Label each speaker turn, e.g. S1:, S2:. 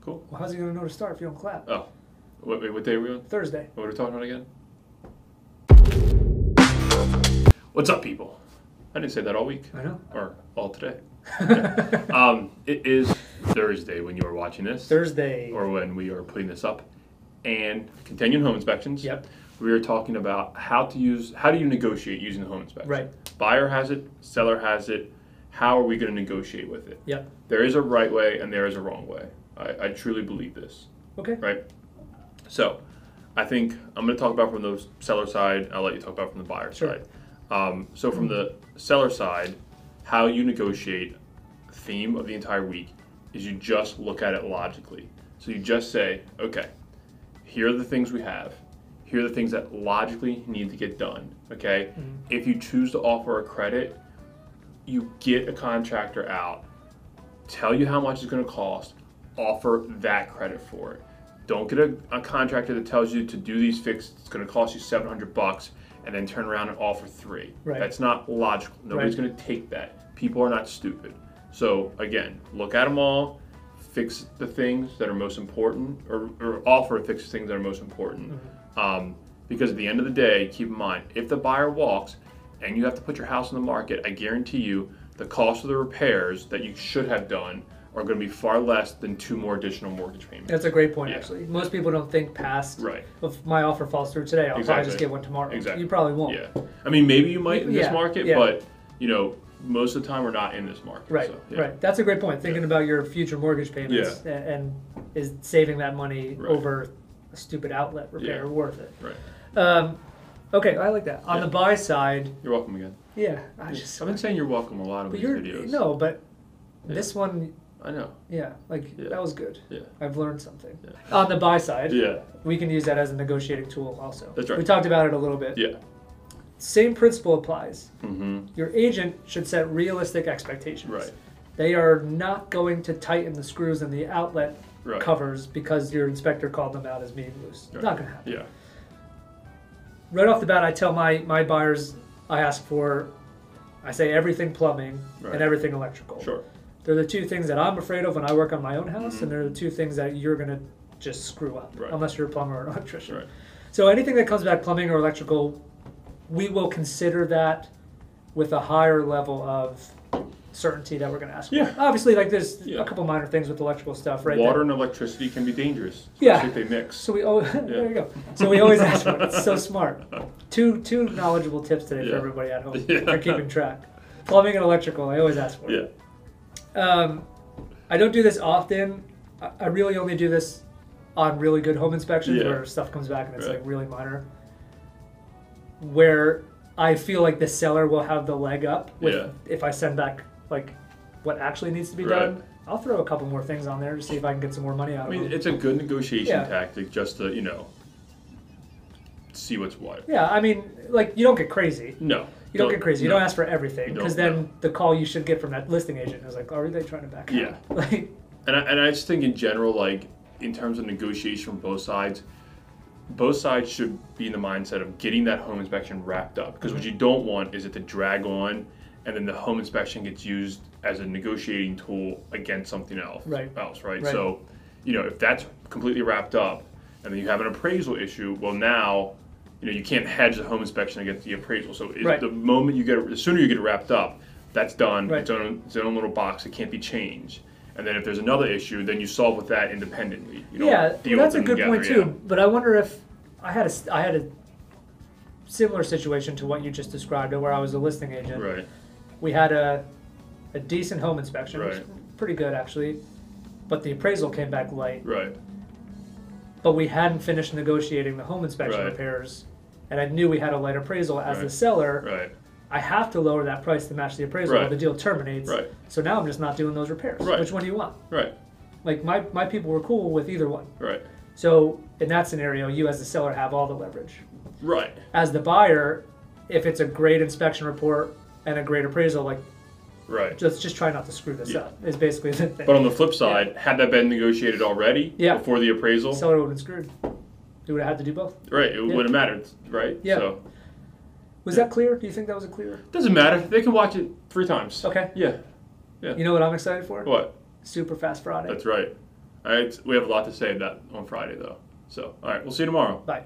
S1: Cool.
S2: Well, how's he gonna know to start if you don't clap?
S1: Oh, what, wait, what day are we on?
S2: Thursday.
S1: What are we talking about again? What's up, people? I didn't say that all week
S2: I know.
S1: or all today. um, it is Thursday when you are watching this,
S2: Thursday.
S1: or when we are putting this up, and continuing home inspections.
S2: Yep.
S1: We are talking about how to use, how do you negotiate using the home inspection?
S2: Right.
S1: Buyer has it, seller has it. How are we going to negotiate with it?
S2: Yep.
S1: There is a right way and there is a wrong way. I, I truly believe this
S2: Okay.
S1: right? So, I think I'm going to talk about from the seller side. I'll let you talk about from the buyer
S2: Sure.
S1: side. Um, so, from the seller side, how you negotiate theme of the entire week is you just look at it logically. So you just say, okay, here are the things we have. Here are the things that logically need to get done. Okay. If you choose to offer a credit, you get a contractor out, tell you how much it's going to cost, offer that credit for it. Don't get a, a contractor that tells you to do these fixes, it's going to cost you 700 bucks, and then turn around and offer three.
S2: Right.
S1: That's not logical. Nobody's
S2: Right.
S1: going to take that. People are not stupid. So, again, look at them all, fix the things that are most important, or, or offer to fix the things that are most important.
S2: Mm-hmm.
S1: Um, because at the end of the day, keep in mind, if the buyer walks and you have to put your house on the market, I guarantee you the cost of the repairs that you should have done are going to be far less than two more additional mortgage payments.
S2: That's a great point,
S1: Yeah.
S2: actually. Most people don't think past.
S1: Right.
S2: If my offer falls through today, I'll probably
S1: Exactly.
S2: just get one tomorrow.
S1: Exactly.
S2: You probably won't.
S1: Yeah. I mean, maybe you might in this
S2: Yeah,
S1: market,
S2: yeah.
S1: but, you know, most of the time we're not in this market.
S2: Right.
S1: So, yeah.
S2: Right. That's a great point. Thinking about your future mortgage payments a- and is saving that money
S1: Right.
S2: over a stupid outlet repair
S1: Yeah.
S2: worth it.
S1: Right.
S2: Um, okay, I like that. On
S1: Yeah.
S2: the buy side,
S1: You're welcome again.
S2: yeah, I just
S1: I've been saying you're welcome a lot of
S2: but
S1: these
S2: you're
S1: videos.
S2: no, but
S1: Yeah.
S2: this one,
S1: I know.
S2: yeah, like
S1: Yeah.
S2: that was good.
S1: Yeah.
S2: I've learned something.
S1: Yeah.
S2: On the buy side,
S1: Yeah.
S2: we can use that as a negotiating tool also.
S1: That's right.
S2: We talked about it a little bit.
S1: Yeah.
S2: Same principle applies.
S1: Mm-hmm.
S2: Your agent should set realistic expectations.
S1: Right.
S2: They are not going to tighten the screws in the outlet
S1: Right.
S2: covers because your inspector called them out as being loose.
S1: Right.
S2: Not going to happen.
S1: Yeah.
S2: Right off the bat, I tell my, my buyers, I ask for, I say everything plumbing
S1: Right.
S2: and everything electrical.
S1: Sure.
S2: They're the two things that I'm afraid of when I work on my own house, and they're the two things that you're going to just screw up
S1: Mm-hmm. Right.
S2: unless you're a plumber or an electrician.
S1: Right.
S2: So anything that comes back plumbing or electrical, we will consider that with a higher level of certainty that we're going to ask. for.
S1: Yeah.
S2: Obviously, like there's
S1: Yeah.
S2: a couple minor things with electrical stuff, right?
S1: Water
S2: that-
S1: and electricity can be dangerous, especially
S2: Yeah.
S1: if they mix.
S2: so we always there you go. So we always ask for it. It's so smart. Two two knowledgeable tips today
S1: Yeah.
S2: for everybody at home
S1: Yeah.
S2: for keeping track. Plumbing and electrical, I always ask for.
S1: Yeah.
S2: it. Um, I don't do this often. I, I really only do this on really good home inspections
S1: Yeah.
S2: where stuff comes back and it's
S1: Right.
S2: like really minor. Where I feel like the seller will have the leg up with
S1: Yeah.
S2: if I send back like what actually needs to be
S1: Right.
S2: done. I'll throw a couple more things on there to see if I can get some more money out
S1: I
S2: of
S1: mean,
S2: them.
S1: it's a good negotiation
S2: Yeah.
S1: tactic just to, you know, see what's what.
S2: Yeah, I mean, like you don't get crazy.
S1: No.
S2: You don't, get crazy. You
S1: no.
S2: don't ask for everything
S1: You
S2: because
S1: don't,
S2: then the call you should get from that listing agent is like, "Oh, "Are they trying to back?" out?"
S1: Yeah.
S2: like
S1: And I, and I just think in general, like, in terms of negotiation from both sides, both sides should be in the mindset of getting that home inspection wrapped up. Because what you don't want is it to drag on and then the home inspection gets used as a negotiating tool against something else.
S2: Right.
S1: Else, right?
S2: Right.
S1: So, you know, if that's completely wrapped up and then you have an appraisal issue, well, now, you know, you can't hedge the home inspection against the appraisal. So it,
S2: Right.
S1: the moment you get it, the sooner you get it wrapped up, that's done.
S2: Right.
S1: It's own its own little box. It can't be changed. And then if there's another issue, then you solve with that independently. You don't
S2: yeah,
S1: deal
S2: well, that's a
S1: with them
S2: good point
S1: together,
S2: too. But I wonder if I had a s- I had a similar situation to what you just described, where I was a listing
S1: yeah.
S2: agent.
S1: Right.
S2: We had a a decent home inspection, which
S1: Right.
S2: was pretty good actually, but the appraisal came back light.
S1: Right.
S2: But we hadn't finished negotiating the home inspection
S1: Right.
S2: repairs, and I knew we had a light appraisal as the
S1: Right.
S2: seller.
S1: Right.
S2: I have to lower that price to match the appraisal, or
S1: Right.
S2: the deal terminates.
S1: Right.
S2: So now I'm just not doing those repairs.
S1: Right.
S2: Which one do you want?
S1: Right.
S2: Like my, my people were cool with either one.
S1: Right.
S2: So in that scenario, you as the seller have all the leverage.
S1: Right.
S2: As the buyer, if it's a great inspection report and a great appraisal, like
S1: Right.
S2: just just try not to screw this
S1: Yeah.
S2: up is basically the thing.
S1: But um, on the flip side, had that been negotiated already
S2: Yeah.
S1: before the appraisal,
S2: the seller would have been screwed. He would have had to do both.
S1: right, it wouldn't matter, right?
S2: Yeah.
S1: So
S2: Was
S1: Yeah.
S2: that clear? Do you think that was a clear?
S1: doesn't matter. They can watch it three times.
S2: Okay.
S1: Yeah.
S2: You know what I'm excited for?
S1: What?
S2: Super Fast Friday.
S1: That's right. All right, we have a lot to say about on Friday though. So, all right, we'll see you tomorrow.
S2: Bye.